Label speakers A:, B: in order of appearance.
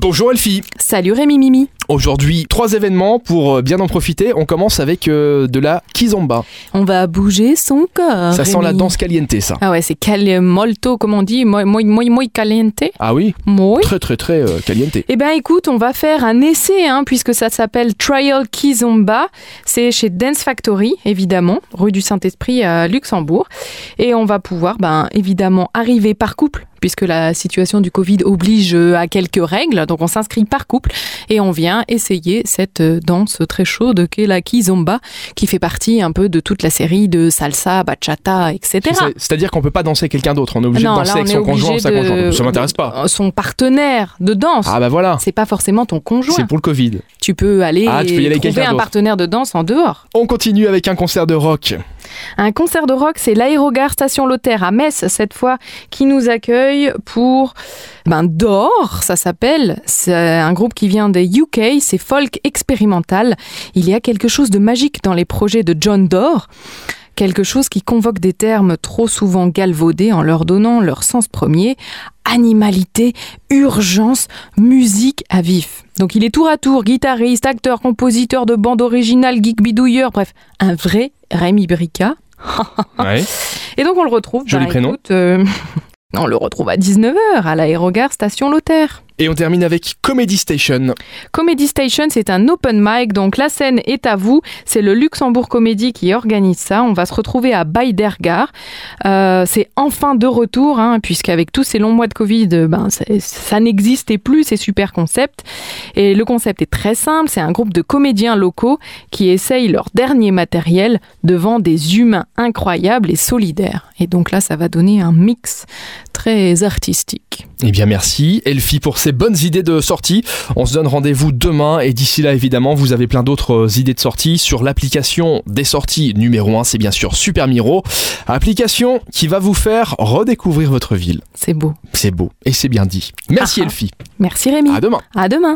A: Bonjour Elfie
B: Salut Rémi Mimi.
A: Aujourd'hui, trois événements pour euh, bien en profiter. On commence avec euh, de la kizomba.
B: On va bouger son corps.
A: ça sent
B: Rémi.
A: la danse caliente, ça.
B: Ah ouais, c'est cal molto, comme on dit, moi, moi, moi, moi caliente.
A: Ah oui
B: Moi.
A: Très très très euh, caliente.
B: Eh ben écoute, on va faire un essai, hein, puisque ça s'appelle Trial Kizomba. C'est chez Dance Factory, évidemment, rue du Saint-Esprit à Luxembourg. Et on va pouvoir, ben évidemment, arriver par couple, puisque la situation du Covid oblige euh, à quelques règles. Donc on s'inscrit par couple et on vient essayer cette euh, danse très chaude qu'est la Kizomba, qui fait partie un peu de toute la série de salsa, bachata, etc.
A: C'est- C'est-à-dire qu'on peut pas danser avec quelqu'un d'autre. On est obligé
B: Non,
A: de
B: là,
A: danser
B: on
A: avec
B: est
A: son conjoint
B: obligé
A: ou sa
B: de-
A: conjointe. Ça m'intéresse pas.
B: Euh, Son partenaire de danse.
A: Ah bah voilà,
B: C'est pas forcément ton conjoint.
A: c'est pour le Covid.
B: Tu peux aller,
A: Ah, tu peux y aller avec
B: trouver
A: quelqu'un
B: un
A: d'autre.
B: partenaire de danse en dehors.
A: On continue avec un concert de rock.
B: Un concert de rock, c'est l'aérogare Station Lothaire à Metz, cette fois, qui nous accueille pour ben, D'Or, ça s'appelle. C'est un groupe qui vient des UK, c'est folk expérimental. Il y a quelque chose de magique dans les projets de John D'Or. Quelque chose qui convoque des termes trop souvent galvaudés en leur donnant leur sens premier, animalité, urgence, musique à vif. Donc il est tour à tour guitariste, acteur, compositeur de bande originale, geek bidouilleur, bref, un vrai Rémi Brica. Ah.
A: Ouais.
B: Et donc on le retrouve.
A: Joli prénom.
B: écoute, euh, on le retrouve à 19h à l'aérogare Station Lothaire.
A: Et on termine avec Comedy Station.
B: Comedy Station, c'est un open mic, donc la scène est à vous. C'est le Luxembourg Comédie qui organise ça. On va se retrouver à Baidergar. Euh, c'est enfin de retour, hein, puisqu'avec tous ces longs mois de Covid, euh, ben, c'est- ça n'existait plus, ces super concepts. Et le concept est très simple, c'est un groupe de comédiens locaux qui essayent leur dernier matériel devant des humains incroyables et solidaires. Et donc là, ça va donner un mix très artistique.
A: Eh bien merci Elfie pour ces bonnes idées de sortie. On se donne rendez-vous demain et d'ici là évidemment vous avez plein d'autres euh, idées de sortie sur l'application des sorties numéro 1 c'est bien sûr Super Miro. Application qui va vous faire redécouvrir votre ville.
B: C'est beau.
A: C'est beau et c'est bien dit. Merci
B: Ah ah.
A: Elfie.
B: Merci Rémi.
A: À demain.
B: À demain.